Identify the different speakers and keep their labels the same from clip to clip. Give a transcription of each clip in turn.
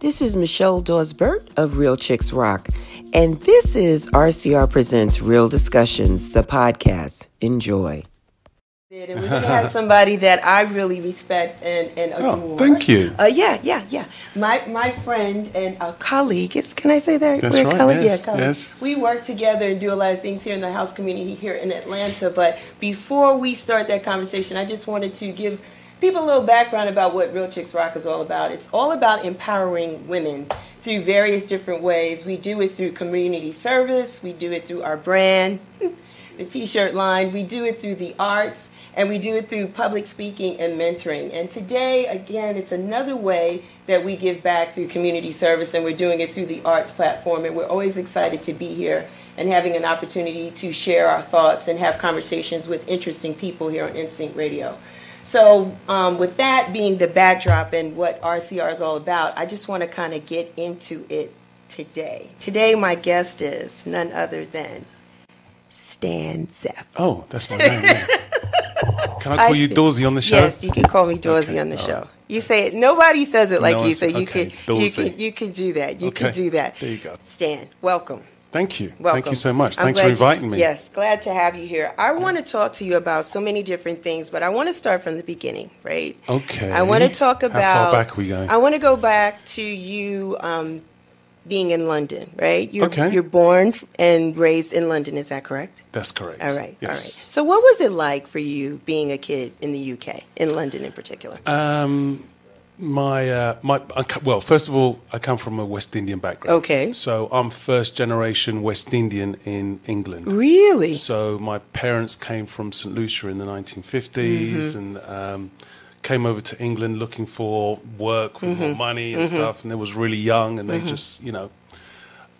Speaker 1: This is Michelle Dawes-Burt of Real Chicks Rock, and this is RCR Presents Real Discussions, the podcast. Enjoy.
Speaker 2: And we had somebody that I really respect and, and adore.
Speaker 3: Oh, thank you.
Speaker 1: Uh, yeah, yeah, yeah.
Speaker 2: My my friend and a
Speaker 1: Colleague, is, can I say that?
Speaker 3: That's
Speaker 1: We're
Speaker 3: right,
Speaker 1: colleague?
Speaker 3: yes,
Speaker 1: yeah, colleague.
Speaker 3: yes.
Speaker 2: We work together and do a lot of things here in the house community here in Atlanta. But before we start that conversation, I just wanted to give people a little background about what Real Chicks Rock is all about. It's all about empowering women through various different ways. We do it through community service, we do it through our brand, the t shirt line, we do it through the arts. And we do it through public speaking and mentoring. And today, again, it's another way that we give back through community service, and we're doing it through the arts platform. And we're always excited to be here and having an opportunity to share our thoughts and have conversations with interesting people here on Instinct Radio. So, um, with that being the backdrop and what RCR is all about, I just want to kind of get into it today. Today, my guest is none other than Stan Zeff.
Speaker 3: Oh, that's my name. yes. Can I call
Speaker 2: I
Speaker 3: you
Speaker 2: see.
Speaker 3: Dorsey on the show?
Speaker 2: Yes, you can call me Dorsey
Speaker 3: Okay,
Speaker 2: on the
Speaker 3: all
Speaker 2: show.
Speaker 3: right.
Speaker 2: You say it. Nobody says it like
Speaker 3: No,
Speaker 2: you,
Speaker 3: I
Speaker 2: so
Speaker 3: see.
Speaker 2: you
Speaker 3: Okay,
Speaker 2: could you
Speaker 3: Dorsey.
Speaker 2: could you could do that. You could
Speaker 3: Okay,
Speaker 2: do that.
Speaker 3: there you go.
Speaker 2: Stan, welcome.
Speaker 3: Thank you.
Speaker 2: Welcome.
Speaker 3: Thank you so much.
Speaker 2: I'm
Speaker 3: Thanks for
Speaker 2: glad you-
Speaker 3: inviting me.
Speaker 2: Yes, glad to have you here. I want to talk to you about so many different things, but I want to start from the beginning, right?
Speaker 3: Okay.
Speaker 2: I want to talk
Speaker 3: How far
Speaker 2: about.
Speaker 3: back are we going?
Speaker 2: I want to go back to you um, being in London, right? You're,
Speaker 3: Okay.
Speaker 2: You're born f- and raised in London. Is that correct?
Speaker 3: That's correct.
Speaker 2: All right. All right.
Speaker 3: Yes.
Speaker 2: So, what was it like for you being a kid in the UK, in London in particular?
Speaker 3: Um, my, uh, my, I, co- well, first of all, I come from a West Indian background.
Speaker 2: Okay.
Speaker 3: So I'm first generation West Indian in England.
Speaker 2: really?
Speaker 3: So my parents came from St Lucia in the 1950s
Speaker 2: Mm-hmm.
Speaker 3: and um, came over to England looking for work with more
Speaker 2: Mm-hmm.
Speaker 3: money and stuff. And they was really young, and they just you know.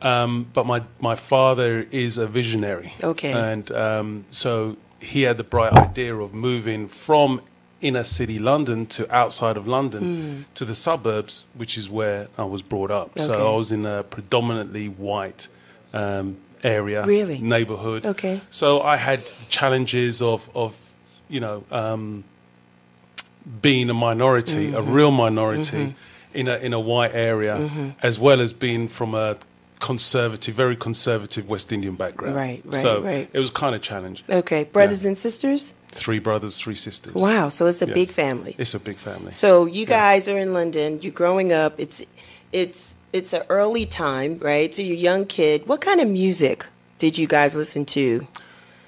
Speaker 3: Um, but my my father is a visionary.
Speaker 2: Okay.
Speaker 3: And um, so he had the bright idea of moving from inner city London to outside of London to the suburbs, which is where I was brought up.
Speaker 2: Mm. Okay.
Speaker 3: So I was in a predominantly white um, area
Speaker 2: Really?
Speaker 3: neighborhood.
Speaker 2: Okay.
Speaker 3: So I had the challenges of, of you know, um, being a minority, a
Speaker 2: Mm-hmm.
Speaker 3: real minority in, a, in a white area, as well as being from a conservative, very conservative West Indian background.
Speaker 2: Right, right,
Speaker 3: so
Speaker 2: right.
Speaker 3: it was kind of challenging.
Speaker 2: Okay. Brothers and sisters?
Speaker 3: Three brothers, three sisters.
Speaker 2: Wow. So, it's a
Speaker 3: Yes.
Speaker 2: big family.
Speaker 3: It's a big family.
Speaker 2: So you guys are in London. You're growing up. It's it's it's an early time, right? So you're a young kid. What kind of music did you guys listen to?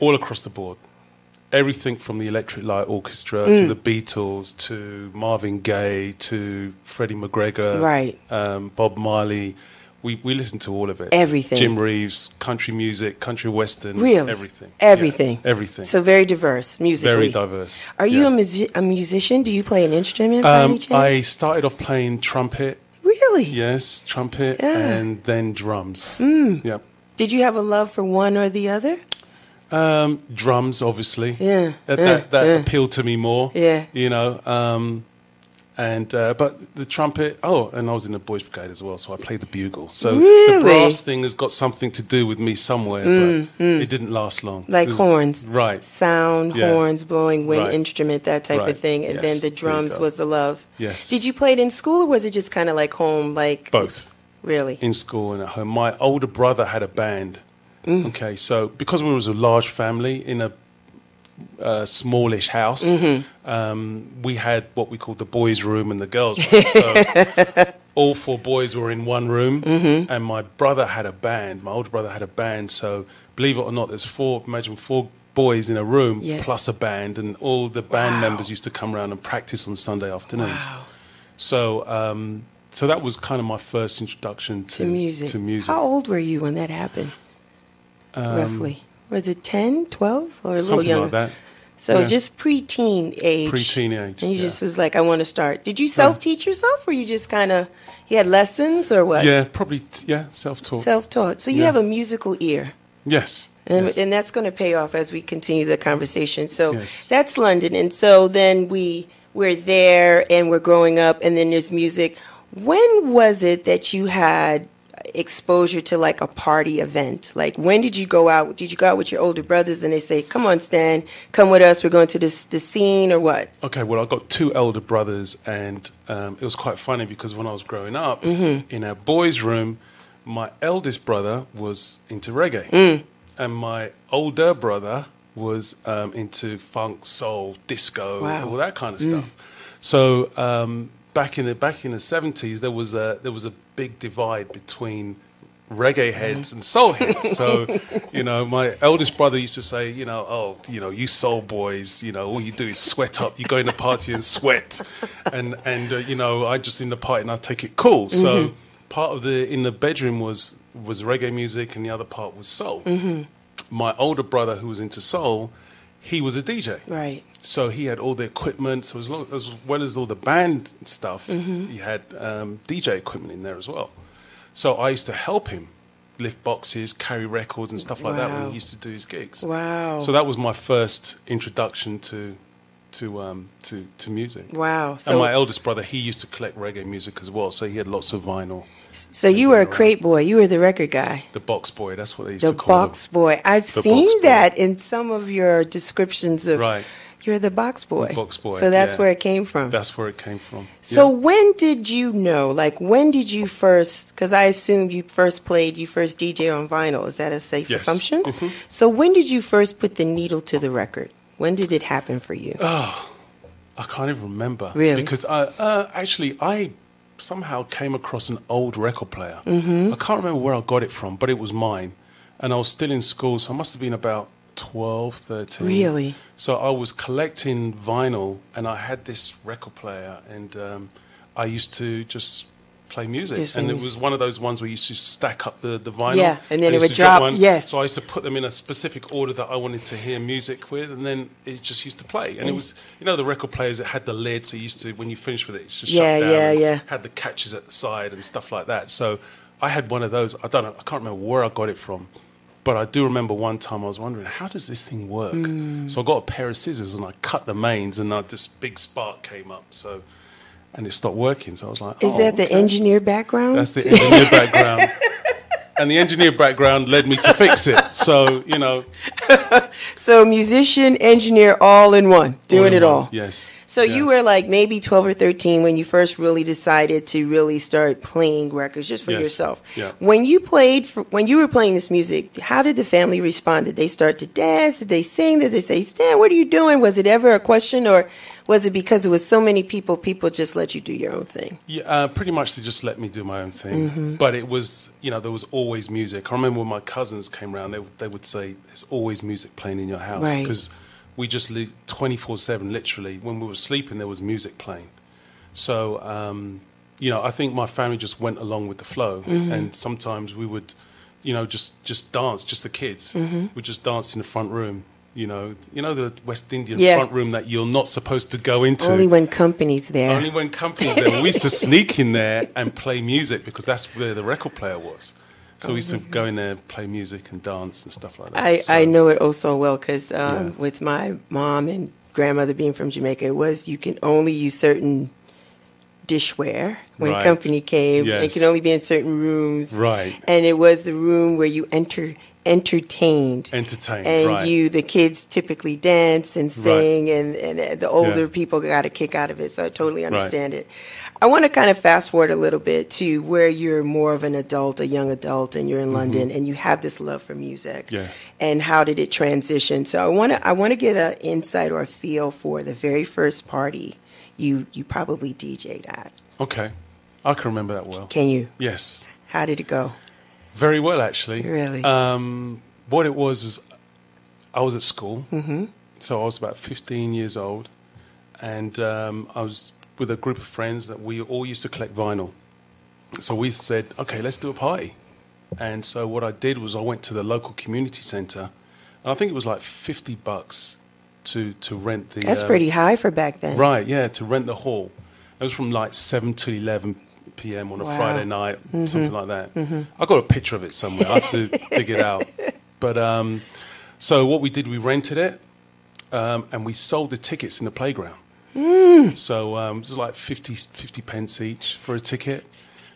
Speaker 3: all across the board. Everything from the Electric Light Orchestra
Speaker 2: Mm.
Speaker 3: to the Beatles to Marvin Gaye to Freddie McGregor,
Speaker 2: Right.
Speaker 3: Um, Bob Marley. We we listened to all of it.
Speaker 2: Everything.
Speaker 3: Jim Reeves, country music, country western,
Speaker 2: Really,
Speaker 3: everything, Yeah,
Speaker 2: everything,
Speaker 3: everything.
Speaker 2: So very diverse musically.
Speaker 3: very diverse.
Speaker 2: Are you
Speaker 3: yeah.
Speaker 2: a, musi- a musician? Do you play an instrument by any
Speaker 3: Um,
Speaker 2: chance?
Speaker 3: I started off playing trumpet.
Speaker 2: really?
Speaker 3: Yes, trumpet,
Speaker 2: Yeah. Mm.
Speaker 3: and then drums. Yeah.
Speaker 2: Did you have a love for one or the other?
Speaker 3: Um, drums, obviously.
Speaker 2: Yeah,
Speaker 3: That,
Speaker 2: yeah,
Speaker 3: that, that
Speaker 2: yeah.
Speaker 3: appealed to me more.
Speaker 2: Yeah.
Speaker 3: You know, um, and uh, but the trumpet. Oh, and I was in the boys' brigade as well, so I played the bugle. So
Speaker 2: Really? Mm,
Speaker 3: the brass thing has got something to do with me somewhere, but it didn't last long.
Speaker 2: Like
Speaker 3: It was-
Speaker 2: horns.
Speaker 3: Right.
Speaker 2: Sound,
Speaker 3: Yeah.
Speaker 2: horns, blowing, wind
Speaker 3: Right.
Speaker 2: instrument, that type
Speaker 3: Right.
Speaker 2: of thing. And
Speaker 3: Yes,
Speaker 2: then
Speaker 3: there
Speaker 2: the
Speaker 3: you
Speaker 2: drums
Speaker 3: go.
Speaker 2: was the love.
Speaker 3: Yes.
Speaker 2: Did you play it in school or was it just kind of like home? Like
Speaker 3: Both.
Speaker 2: Really?
Speaker 3: in school and at home. My older brother had a band.
Speaker 2: Mm.
Speaker 3: Okay, so because we was a large family in a uh, smallish house,
Speaker 2: Mm-hmm.
Speaker 3: um, we had what we called the boys' room and the girls' room. So all four boys were in one room,
Speaker 2: Mm-hmm.
Speaker 3: and my brother had a band. My older brother had a band. So believe it or not, there's four. Imagine four boys in a room
Speaker 2: Yes.
Speaker 3: plus a band, and all the band
Speaker 2: Wow.
Speaker 3: members used to come around and practice on Sunday afternoons.
Speaker 2: Wow.
Speaker 3: So, um, so that was kind of my first introduction
Speaker 2: to
Speaker 3: to,
Speaker 2: music.
Speaker 3: To music, Um,
Speaker 2: How old were you when that happened? Roughly. Was it 10, 12, or a little
Speaker 3: something
Speaker 2: younger?
Speaker 3: like that.
Speaker 2: So
Speaker 3: yeah.
Speaker 2: just preteen age.
Speaker 3: Pre-teen age,
Speaker 2: And you
Speaker 3: yeah.
Speaker 2: just was like, I want to start. Did you self teach yourself, or you just kind of you had lessons or what?
Speaker 3: Yeah, probably. t- Yeah, self-taught.
Speaker 2: Self taught. So you
Speaker 3: Yeah.
Speaker 2: have a musical ear.
Speaker 3: yes.
Speaker 2: And,
Speaker 3: yes.
Speaker 2: and that's going to pay off as we continue the conversation. So
Speaker 3: Yes.
Speaker 2: that's London, and so then we we're there, and we're growing up, and then there's music. When was it that you had exposure to like a party event? Like when did you go out? Did you go out with your older brothers and they say, "Come on, Stan, come with us. We're going to this the scene or what?"
Speaker 3: Okay, well, I got two elder brothers, and um, it was quite funny because when I was growing up
Speaker 2: Mm-hmm.
Speaker 3: in our boys' room, my eldest brother was into reggae,
Speaker 2: Mm.
Speaker 3: and my older brother was um, into funk, soul, disco,
Speaker 2: Wow.
Speaker 3: all that kind of stuff. So um, back in the back in the seventies, there was a there was a big divide between reggae heads and soul heads. So, you know, my eldest brother used to say, you know, oh, you know, you soul boys, you know, all you do is sweat up. You go in the party and sweat, and and uh, you know, I just in the party and I take it cool. So, part of the in the bedroom was was reggae music, and the other part was soul. My older brother, who was into soul, he was a DJ.
Speaker 2: Right.
Speaker 3: So he had all the equipment. So as, long, as well as all the band stuff,
Speaker 2: Mm-hmm.
Speaker 3: he had um, DJ equipment in there as well. So I used to help him lift boxes, carry records, and stuff like that when
Speaker 2: Wow.
Speaker 3: he used to do his gigs.
Speaker 2: Wow.
Speaker 3: So that was my first introduction to to um, to to music.
Speaker 2: Wow. So
Speaker 3: and my eldest brother, he used to collect reggae music as well. So he had lots of vinyl.
Speaker 2: so you were a crate boy. You were the record guy.
Speaker 3: The box boy, that's what they used
Speaker 2: The
Speaker 3: to call him.
Speaker 2: box boy. I've
Speaker 3: The box
Speaker 2: seen
Speaker 3: boy.
Speaker 2: that in some of your descriptions of
Speaker 3: Right.
Speaker 2: You're the box boy.
Speaker 3: box boy,
Speaker 2: So that's
Speaker 3: yeah.
Speaker 2: where it came from.
Speaker 3: That's where it came from.
Speaker 2: So
Speaker 3: Yeah.
Speaker 2: when did you know? Like when did you first? Because I assume you first played, you first DJ on vinyl. Is that a safe
Speaker 3: Yes. Mm-hmm.
Speaker 2: assumption? So when did you first put the needle to the record? When did it happen for you?
Speaker 3: I can't even remember.
Speaker 2: Really?
Speaker 3: Because I uh, actually I somehow came across an old record player.
Speaker 2: Mm-hmm.
Speaker 3: I can't remember where I got it from, but it was mine. And I was still in school, so I must have been about 12, 13.
Speaker 2: Really?
Speaker 3: So I was collecting vinyl and I had this record player and um, I used to just play music.
Speaker 2: Just play
Speaker 3: and it
Speaker 2: music.
Speaker 3: was one of those ones where you used to stack up the, the vinyl.
Speaker 2: Yeah, and then it
Speaker 3: used
Speaker 2: would
Speaker 3: to
Speaker 2: drop,
Speaker 3: one.
Speaker 2: yes.
Speaker 3: So I used to put them in a specific order that I wanted to hear music with, and then it just used to play.
Speaker 2: Mm.
Speaker 3: And it was, you know, the record players that had the lid, so you used to, when you finished with it, it's just
Speaker 2: Yeah,
Speaker 3: shut down.
Speaker 2: yeah,
Speaker 3: and
Speaker 2: yeah.
Speaker 3: Had the catches at the side and stuff like that. So I had one of those. I don't know, I can't remember where I got it from, but I do remember one time I was wondering, how does this thing work?
Speaker 2: Mm.
Speaker 3: So I got a pair of scissors and I cut the mains, and I, this big spark came up. So, and it stopped working. So I was like,
Speaker 2: Is
Speaker 3: oh,
Speaker 2: that the
Speaker 3: okay.
Speaker 2: engineer background?
Speaker 3: That's the engineer background. And the engineer background led me to fix it. So, you know,
Speaker 2: so musician, engineer, all in one, doing it
Speaker 3: in one,
Speaker 2: all.
Speaker 3: Yes.
Speaker 2: So you
Speaker 3: Yeah.
Speaker 2: were like maybe 12 or 13 when you first really decided to really start playing records just for
Speaker 3: Yes.
Speaker 2: yourself.
Speaker 3: Yeah.
Speaker 2: When you played for, when you were playing this music, how did the family respond? Did they start to dance? Did they sing? Did they say, "Stan, what are you doing?" Was it ever a question or was it because it was so many people people just let you do your own thing?
Speaker 3: Yeah, uh, pretty much they just let me do my own thing.
Speaker 2: Mm-hmm.
Speaker 3: But it was, you know, there was always music. I remember when my cousins came round, they, they would say, there's always music playing in your house.
Speaker 2: Right.
Speaker 3: Because we just lived 24 7, literally. When we were sleeping, there was music playing. So, um, you know, I think my family just went along with the flow.
Speaker 2: Mm-hmm.
Speaker 3: And sometimes we would, you know, just, just dance, just the kids.
Speaker 2: Mm-hmm.
Speaker 3: We'd just dance in the front room. You know, you know the West Indian
Speaker 2: Yeah.
Speaker 3: front room that you're not supposed to go into.
Speaker 2: Only when company's there.
Speaker 3: Only when companies there. We used to sneak in there and play music because that's where the record player was. So we used to go in there, play music and dance and stuff like that.
Speaker 2: I,
Speaker 3: So-
Speaker 2: I know it oh so well because um,
Speaker 3: Yeah.
Speaker 2: with my mom and grandmother being from Jamaica, it was you can only use certain dishware when
Speaker 3: Right.
Speaker 2: company came. It
Speaker 3: Yes.
Speaker 2: can only be in certain rooms.
Speaker 3: Right.
Speaker 2: And it was the room where you enter entertained.
Speaker 3: Entertained,
Speaker 2: And
Speaker 3: right.
Speaker 2: you, the kids typically dance and sing, and, and uh, the older
Speaker 3: Yeah.
Speaker 2: people got a kick out of it. So I totally understand it. I want to kind of fast forward a little bit to where you're more of an adult, a young adult, and you're in London, and you have this love for music
Speaker 3: Mm-hmm. Yeah.
Speaker 2: and how did it transition? So I want to I want to get an insight or a feel for the very first party you you probably DJ'd at.
Speaker 3: Okay. I can remember that well.
Speaker 2: Can you?
Speaker 3: Yes.
Speaker 2: How did it go?
Speaker 3: Very well, actually.
Speaker 2: Really?
Speaker 3: Um, what it was is I was at school. Mm-hmm. So I was about 15 years old. And um, I was with a group of friends that we all used to collect vinyl. So we said, okay, let's do a party. And so what I did was I went to the local community centre. And I think it was like 50 bucks to, to rent the.
Speaker 2: That's
Speaker 3: um,
Speaker 2: pretty high for back then.
Speaker 3: Right, yeah, to rent the hall. It was from like 7 to 11 p.m. on a
Speaker 2: Wow. Mm-hmm.
Speaker 3: Friday night, something like that. i got a picture of it somewhere. I have to dig it out. But um, so what we did, we rented it um, and we sold the tickets in the
Speaker 2: Mm.
Speaker 3: playground. So um, it was like 50, 50 pence each for a ticket.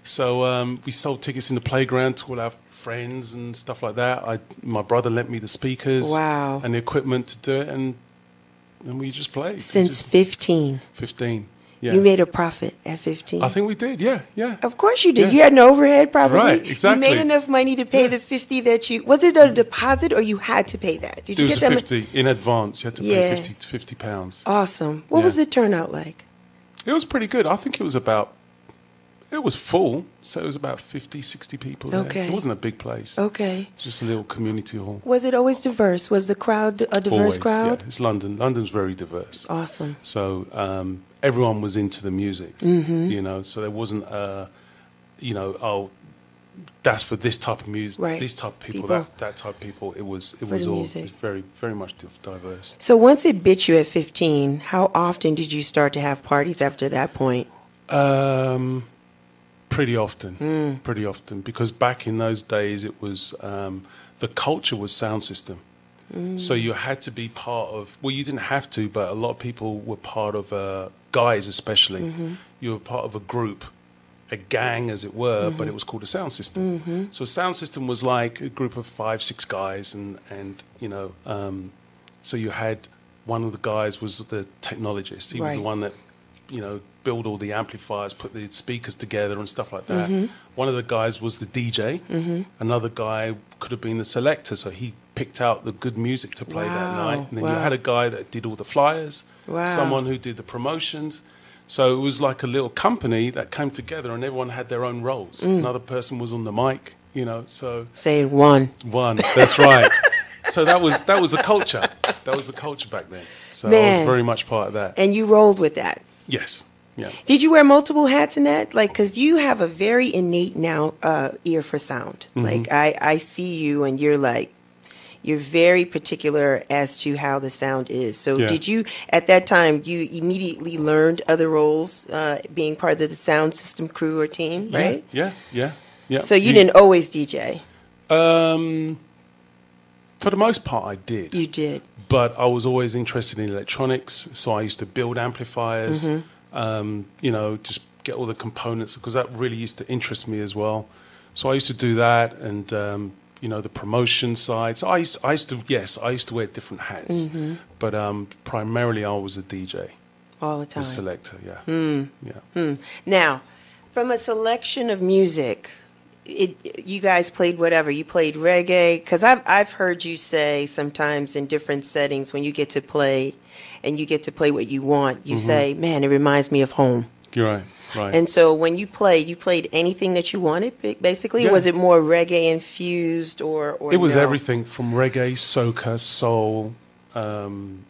Speaker 3: So um, we sold tickets in the playground to all our friends and stuff like that. I, my brother lent me the speakers
Speaker 2: Wow.
Speaker 3: and the equipment to do it, and and we just played
Speaker 2: Since
Speaker 3: Just
Speaker 2: 15,
Speaker 3: fifteen. Yeah,
Speaker 2: you Oh, made a profit at 15.
Speaker 3: I think we did. Yeah, yeah.
Speaker 2: Of course you did.
Speaker 3: Yeah.
Speaker 2: You had no overhead, probably.
Speaker 3: Right,
Speaker 2: You made
Speaker 3: exactly.
Speaker 2: enough money to pay the fifty that you was it a deposit or you had to pay that? Did
Speaker 3: It
Speaker 2: you get
Speaker 3: was a
Speaker 2: that? mon-
Speaker 3: fifty in advance. You had to
Speaker 2: Yeah.
Speaker 3: pay 50 to fifty pounds.
Speaker 2: Awesome. What
Speaker 3: Yeah.
Speaker 2: was the turnout like?
Speaker 3: It was pretty good. I think it was about. It was full, so it was about 50, 60 people. there.
Speaker 2: Okay. Oh.
Speaker 3: It wasn't a big place.
Speaker 2: Okay.
Speaker 3: Just a little community hall.
Speaker 2: Was it always diverse? Was the crowd a diverse
Speaker 3: Always,
Speaker 2: crowd?
Speaker 3: Yeah. It's London. London's very diverse.
Speaker 2: Awesome.
Speaker 3: So um, everyone was into the music, mm-hmm. you know. So there wasn't a, you know, oh, that's for this type of music,
Speaker 2: Right.
Speaker 3: these type of people,
Speaker 2: People.
Speaker 3: that that type of people. It was it was
Speaker 2: the
Speaker 3: all it
Speaker 2: music.
Speaker 3: was very very much div- diverse.
Speaker 2: So once it bit you at 15, how often did you start to have parties after that point?
Speaker 3: Um, pretty often, pretty often, because back in those days, it was um, the culture was sound system. So you had to be part of. Well, you didn't have to, but a lot of people were part of. Uh, guys, especially, you were part of a group, a gang, as it were, but it was called a sound system. So a sound system was like a group of five, six guys, and and you know, um, so you had one of the guys was the technologist. He was the
Speaker 2: Right.
Speaker 3: one that you know build all the amplifiers, put the speakers together, and stuff like that.
Speaker 2: Mm-hmm.
Speaker 3: One of the guys was the DJ. Another guy could have been the selector, so he picked out the good music to play that
Speaker 2: Wow,
Speaker 3: night. And then you
Speaker 2: wow.
Speaker 3: had a guy that did all the flyers,
Speaker 2: Wow.
Speaker 3: someone who did the promotions. So it was like a little company that came together, and everyone had their own roles.
Speaker 2: Mm.
Speaker 3: Another person was on the mic, you know. So
Speaker 2: Say one.
Speaker 3: one, that's right. So that was that was the culture. That was the culture back then. So I
Speaker 2: Man.
Speaker 3: was very much part of that.
Speaker 2: And you rolled with that.
Speaker 3: Yes. Yeah.
Speaker 2: Did you wear multiple hats in that? Like, because you have a very innate now uh, ear for sound.
Speaker 3: Mm-hmm.
Speaker 2: Like, I, I see you and you're like, you're very particular as to how the sound is. So,
Speaker 3: Yeah.
Speaker 2: did you, at that time, you immediately learned other roles uh, being part of the sound system crew or team,
Speaker 3: Yeah,
Speaker 2: right?
Speaker 3: Yeah. Yeah. Yeah.
Speaker 2: So, you, didn't always DJ.
Speaker 3: Um, for the most part, I did.
Speaker 2: You did.
Speaker 3: but I was always interested in electronics, so I used to build amplifiers.
Speaker 2: Mm-hmm.
Speaker 3: Um, you know, just get all the components because that really used to interest me as well. So I used to do that, and um, you know, the promotion side. So I used, I used to, yes, I used to wear different hats, but um, primarily I was a DJ,
Speaker 2: Mm-hmm. All Hmm. the time.
Speaker 3: a selector. Yeah, yeah.
Speaker 2: Now, from a selection of music, it, you guys played whatever. You played reggae because I've I've heard you say sometimes in different settings when you get to play, and you get to play what you want. You say, "Man, it reminds me of home."
Speaker 3: You're right. Mm-hmm. Right.
Speaker 2: And so when you played, you played anything that you wanted. ba- Basically,
Speaker 3: Yeah.
Speaker 2: was it more reggae infused or? or
Speaker 3: it was
Speaker 2: no?
Speaker 3: everything from reggae, soca, soul, um,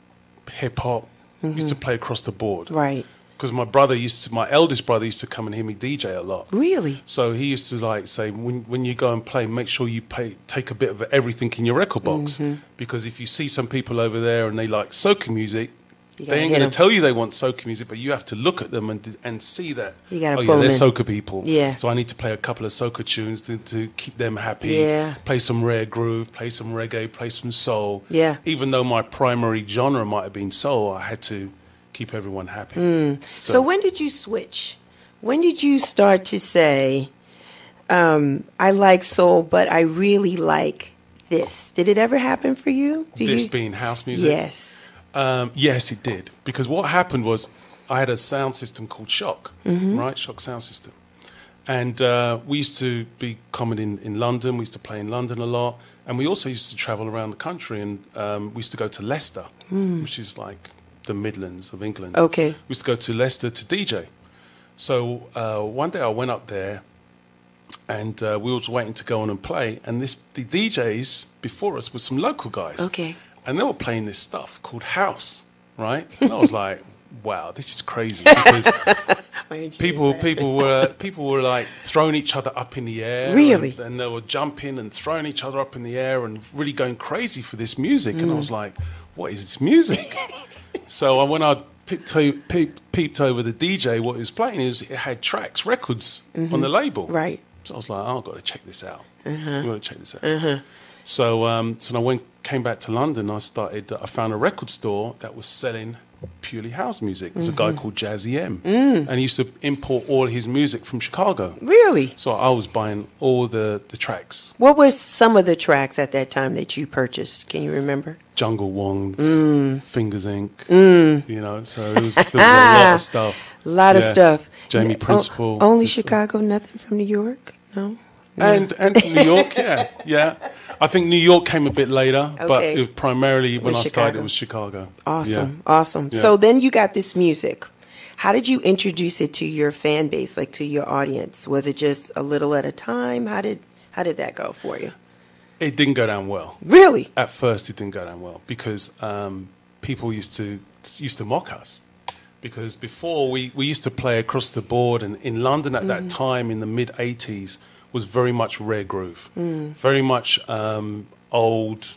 Speaker 3: hip hop. Used to play across the board.
Speaker 2: Right.
Speaker 3: because my brother used to, my eldest brother used to come and hear me DJ a lot.
Speaker 2: Really.
Speaker 3: So he used to like say, when, when you go and play, make sure you pay, take a bit of everything in your record box,
Speaker 2: Mm-hmm.
Speaker 3: because if you see some people over there and they like soca music,
Speaker 2: You
Speaker 3: they
Speaker 2: gotta
Speaker 3: ain't
Speaker 2: hit
Speaker 3: going to
Speaker 2: 'em.
Speaker 3: tell you they want soca music, but you have to look at them and and see that.
Speaker 2: You gotta
Speaker 3: oh
Speaker 2: pull
Speaker 3: yeah,
Speaker 2: 'em
Speaker 3: they're
Speaker 2: in.
Speaker 3: soca people.
Speaker 2: Yeah.
Speaker 3: So I need to play a couple of soca tunes to, to keep them happy.
Speaker 2: Yeah.
Speaker 3: Play some rare groove, play some reggae, play some soul.
Speaker 2: Yeah.
Speaker 3: Even though my primary genre might have been soul, I had to keep everyone happy.
Speaker 2: Hmm. So, when did you switch? When did you start to say, um, "I like soul, but I really like this"? Did it ever happen for you? Do
Speaker 3: this
Speaker 2: you?
Speaker 3: being house music?
Speaker 2: yes.
Speaker 3: Um, yes, it did. Because what happened was I had a sound system called Shock,
Speaker 2: Mm-hmm.
Speaker 3: right? Shock Sound System. And uh, we used to be common in, in London. We used to play in London a lot. And we also used to travel around the country. And um, we used to go to Leicester, which is like the Midlands of England.
Speaker 2: Mm. Okay.
Speaker 3: We used to go to Leicester to DJ. So uh, one day I went up there and uh, we was waiting to go on and play. And this the DJs before us were some local guys.
Speaker 2: Okay.
Speaker 3: And they were playing this stuff called house, right? And I was like, wow, this is crazy because people people were people were like throwing each other up in the air.
Speaker 2: Really?
Speaker 3: And, and they were jumping and throwing each other up in the air and really going crazy for this music. And I was like, what is this music? so I, when I peeped, o- peep, peeped over the DJ, what he was playing is it had tracks, records on the label.
Speaker 2: Right.
Speaker 3: So I was like, oh, I've got to check this out.
Speaker 2: Uh-huh.
Speaker 3: I've got to check this out. uh, So, um, so I went, came back to London. I started. I found a record store that was selling purely house music. There's a guy
Speaker 2: Mm-hmm.
Speaker 3: called Jazzy M,
Speaker 2: Mm.
Speaker 3: and he used to import all his music from Chicago.
Speaker 2: Really?
Speaker 3: So I was buying all the, the tracks,
Speaker 2: What were some of the tracks at that time that you purchased? Can you remember?
Speaker 3: Jungle Wongs,
Speaker 2: Mm.
Speaker 3: Fingers Inc. You know, so it was, there was a lot of stuff.
Speaker 2: A lot of
Speaker 3: Yeah.
Speaker 2: stuff.
Speaker 3: Jamie
Speaker 2: N- o-
Speaker 3: Principle.
Speaker 2: only
Speaker 3: Just-
Speaker 2: Chicago, nothing from New York? No.
Speaker 3: and and New York, yeah, yeah. I think New York came a bit later, but
Speaker 2: Okay.
Speaker 3: it was primarily when
Speaker 2: Was
Speaker 3: I started,
Speaker 2: Chicago.
Speaker 3: it was Chicago.
Speaker 2: Awesome.
Speaker 3: Yeah.
Speaker 2: Awesome.
Speaker 3: Yeah.
Speaker 2: So then you got this music. How did you introduce it to your fan base, like to your audience? Was it just a little at a time? How did how did that go for you?
Speaker 3: It didn't go down well.
Speaker 2: Really?
Speaker 3: At first, it didn't go down well because um, people used to used to mock us because before we, we used to play across the board, and in London at that time in the mid '80s was very much rare groove, very much um, old.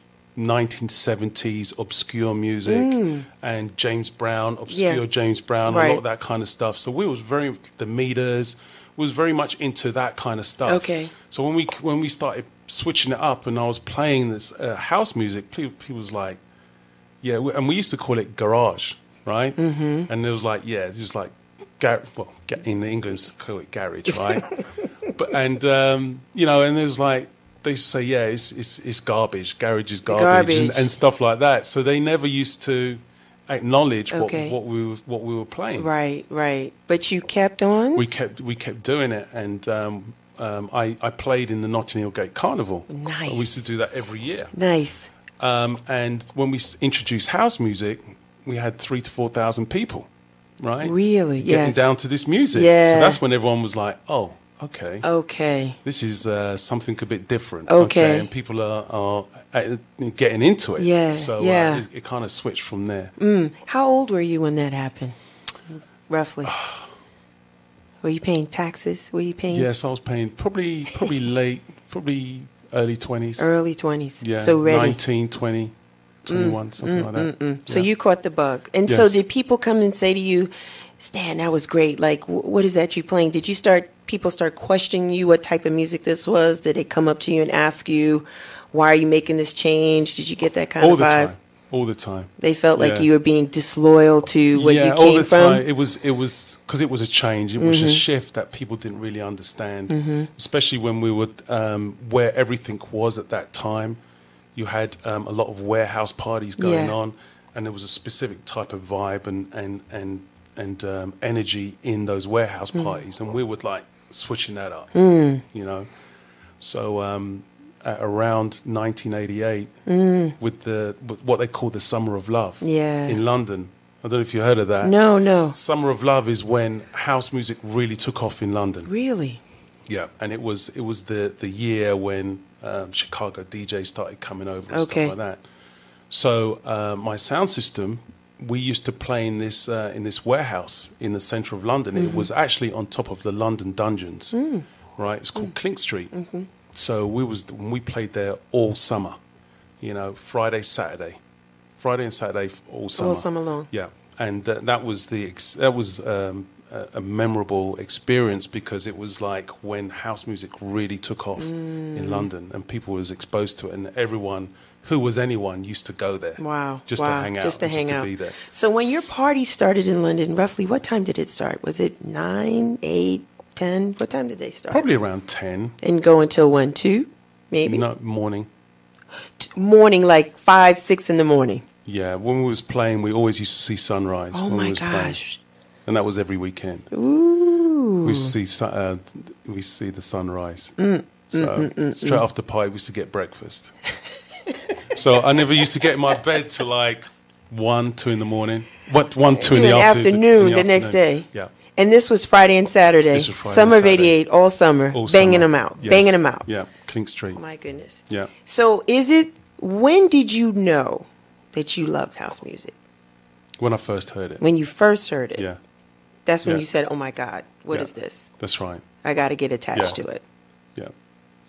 Speaker 3: 1970s obscure music and James Brown, obscure James Brown, a lot
Speaker 2: Right.
Speaker 3: of that kind of stuff. So we was very the meters was very much into that kind of stuff.
Speaker 2: Okay.
Speaker 3: So when we when we started switching it up, and I was playing this uh, house music, people, people was like, yeah, we, and we used to call it garage, right? Mm-hmm. And it was like, yeah, it's just like, gar- well, ga- in England, call it garage, right? but and um, you know, and it was like they used to say, yeah, it's it's, it's garbage, garage is garbage, And,
Speaker 2: Garbage.
Speaker 3: and stuff like that. So they never used to acknowledge
Speaker 2: Okay.
Speaker 3: what, what we were, what we were playing.
Speaker 2: Right, right. But you kept on?
Speaker 3: We kept we kept doing it, and um, um, I I played in the Notting Hill Gate Carnival.
Speaker 2: Nice.
Speaker 3: We used to do that every year.
Speaker 2: nice.
Speaker 3: Um, and when we s- introduced house music, we had three to four thousand people, right?
Speaker 2: Really?
Speaker 3: getting
Speaker 2: Yes.
Speaker 3: down to this music.
Speaker 2: Yeah.
Speaker 3: So that's when everyone was like, "Oh, okay,
Speaker 2: Okay.
Speaker 3: this is uh, something a bit different."
Speaker 2: Okay.
Speaker 3: and people are, are uh, getting into it.
Speaker 2: Yeah,
Speaker 3: So
Speaker 2: yeah. Mm.
Speaker 3: Uh, it, it kind of switched from there.
Speaker 2: How old were you when that happened? Roughly. were you paying taxes? Were you paying
Speaker 3: Yes, I was paying probably probably late, probably early twenties.
Speaker 2: early 20s?
Speaker 3: Yeah,
Speaker 2: so ready. Mm,
Speaker 3: 19, 20, 21, something like that.
Speaker 2: So
Speaker 3: Yeah.
Speaker 2: you caught the bug. And so
Speaker 3: Yes.
Speaker 2: did people come and say to you, Stan, that was great. Like, wh- what is that you playing? Did you start, people start questioning you what type of music this was? Did they come up to you and ask you, why are you making this change? Did you get that kind
Speaker 3: all
Speaker 2: of
Speaker 3: the
Speaker 2: vibe?
Speaker 3: time, all the time.
Speaker 2: They felt like
Speaker 3: Yeah.
Speaker 2: you were being disloyal to Mm-hmm. what
Speaker 3: yeah,
Speaker 2: you came
Speaker 3: all the
Speaker 2: from.
Speaker 3: time. It was it was because it was a change. It was a shift that people didn't really understand,
Speaker 2: Mm-hmm.
Speaker 3: especially when we were um, where everything was at that time. You had um, a lot of warehouse parties going
Speaker 2: Yeah.
Speaker 3: on, and there was a specific type of vibe and and and and um, energy in those warehouse
Speaker 2: Mm.
Speaker 3: parties, and we would like switching that up, you know. So um, at around 1988, with the with what they call the Summer of Love,
Speaker 2: Mm. Yeah.
Speaker 3: in London. I don't know if you heard of that.
Speaker 2: No, no.
Speaker 3: Summer of Love is when house music really took off in London.
Speaker 2: Really?
Speaker 3: Yeah, and it was it was the the year when um, Chicago DJs started coming over and
Speaker 2: Okay.
Speaker 3: stuff like that. So uh, my sound system, we used to play in this uh, in this warehouse in the centre of London. It
Speaker 2: Mm-hmm.
Speaker 3: was actually on top of the London Dungeons,
Speaker 2: Mm.
Speaker 3: right? It's called Clink Street.
Speaker 2: Mm-hmm.
Speaker 3: So we was we played there all summer, you know, Friday, Saturday, Friday and Saturday f- all summer,
Speaker 2: summer long.
Speaker 3: Yeah, and th- that was the ex- that was um, a, a memorable experience because it was like when house music really took off
Speaker 2: Mm.
Speaker 3: in London and people was exposed to it, and everyone who was anyone used to go there.
Speaker 2: Wow.
Speaker 3: just to
Speaker 2: wow.
Speaker 3: hang out,
Speaker 2: Just to
Speaker 3: and
Speaker 2: hang out.
Speaker 3: be there.
Speaker 2: So when your party started in London, roughly what time did it start? Was it 9, 8, 10? What time did they start?
Speaker 3: Probably around ten,
Speaker 2: and go until one, two, maybe
Speaker 3: no morning.
Speaker 2: T- morning, like five, six in the morning.
Speaker 3: Yeah, when we was playing, we always used to see sunrise.
Speaker 2: Oh
Speaker 3: when we
Speaker 2: my
Speaker 3: was playing.
Speaker 2: gosh!
Speaker 3: And that was every weekend.
Speaker 2: Ooh, Mm,
Speaker 3: We see su- uh, we see the sunrise. so straight after pie, we used to get breakfast. so I never used to get in my bed till like one, two in the morning. What one,
Speaker 2: two
Speaker 3: two, in the afternoon?
Speaker 2: afternoon the next
Speaker 3: afternoon.
Speaker 2: day.
Speaker 3: Yeah.
Speaker 2: And this was Friday and Saturday.
Speaker 3: This was Friday
Speaker 2: summer
Speaker 3: and
Speaker 2: of
Speaker 3: Saturday.
Speaker 2: '88, all summer,
Speaker 3: All
Speaker 2: banging
Speaker 3: summer.
Speaker 2: them out,
Speaker 3: Yes.
Speaker 2: banging them out. Oh
Speaker 3: Yeah, Clink Street.
Speaker 2: My goodness.
Speaker 3: Yeah.
Speaker 2: So, is it? When did you know that you loved house music?
Speaker 3: When I first heard it.
Speaker 2: When you first heard it,
Speaker 3: Yeah,
Speaker 2: that's when
Speaker 3: Yeah.
Speaker 2: you said, "Oh my God, what
Speaker 3: Yeah.
Speaker 2: is this?
Speaker 3: that's right.
Speaker 2: I got to get attached
Speaker 3: Yeah.
Speaker 2: to it."
Speaker 3: Yeah.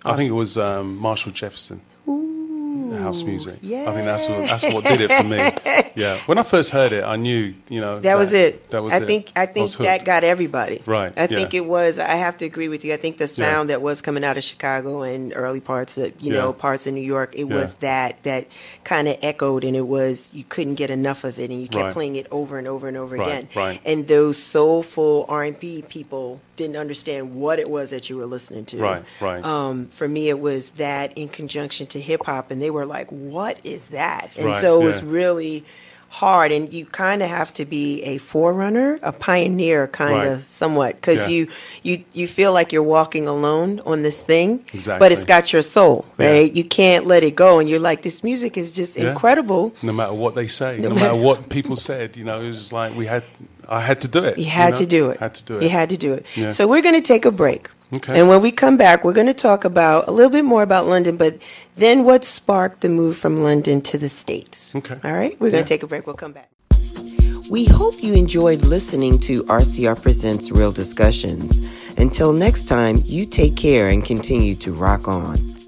Speaker 3: I think it
Speaker 2: Awesome.
Speaker 3: was um, Marshall Jefferson. the house music. I think
Speaker 2: yeah.
Speaker 3: that's what, that's what did it for me. Yeah. When I first heard it, I knew, you know.
Speaker 2: That was it.
Speaker 3: That was
Speaker 2: I
Speaker 3: it.
Speaker 2: think I think
Speaker 3: was
Speaker 2: that
Speaker 3: hooked.
Speaker 2: got everybody.
Speaker 3: Right,
Speaker 2: I think
Speaker 3: yeah.
Speaker 2: it was. I have to agree with you. I think the sound that was coming out of Chicago and early parts of you
Speaker 3: Yeah.
Speaker 2: know parts of New York, it
Speaker 3: Yeah.
Speaker 2: was that that kind of echoed, and it was you couldn't get enough of it, and you kept
Speaker 3: Right.
Speaker 2: playing it over and over and over
Speaker 3: Right,
Speaker 2: again.
Speaker 3: right.
Speaker 2: And those soulful R and B people didn't understand what it was that you were listening to.
Speaker 3: Right, right.
Speaker 2: Um, for me, it was that in conjunction to hip hop, and they were like, "What is that?" And
Speaker 3: Right,
Speaker 2: so it was
Speaker 3: yeah.
Speaker 2: really hard and you kind of have to be a forerunner a pioneer kind of
Speaker 3: Right.
Speaker 2: somewhat because
Speaker 3: Yeah.
Speaker 2: you you you feel like you're walking alone on this thing but it's
Speaker 3: Exactly.
Speaker 2: got your soul
Speaker 3: Yeah.
Speaker 2: right you can't let it go and you're like this music is just
Speaker 3: Yeah.
Speaker 2: incredible
Speaker 3: No matter what they say, no,
Speaker 2: matter-
Speaker 3: matter what people said, you know, it was just like we had, I had to do it.
Speaker 2: You had
Speaker 3: know?
Speaker 2: to do it.
Speaker 3: Had to do it.
Speaker 2: You had to do it.
Speaker 3: Yeah.
Speaker 2: So we're going to take a break.
Speaker 3: Okay.
Speaker 2: And when we come back, we're going to talk about a little bit more about London, but then what sparked the move from London to the States.
Speaker 3: Okay.
Speaker 2: All right. We're going
Speaker 3: Yeah.
Speaker 2: to take a break. We'll come back.
Speaker 1: We hope you enjoyed listening to RCR Presents Real Discussions. Until next time, you take care and continue to rock on.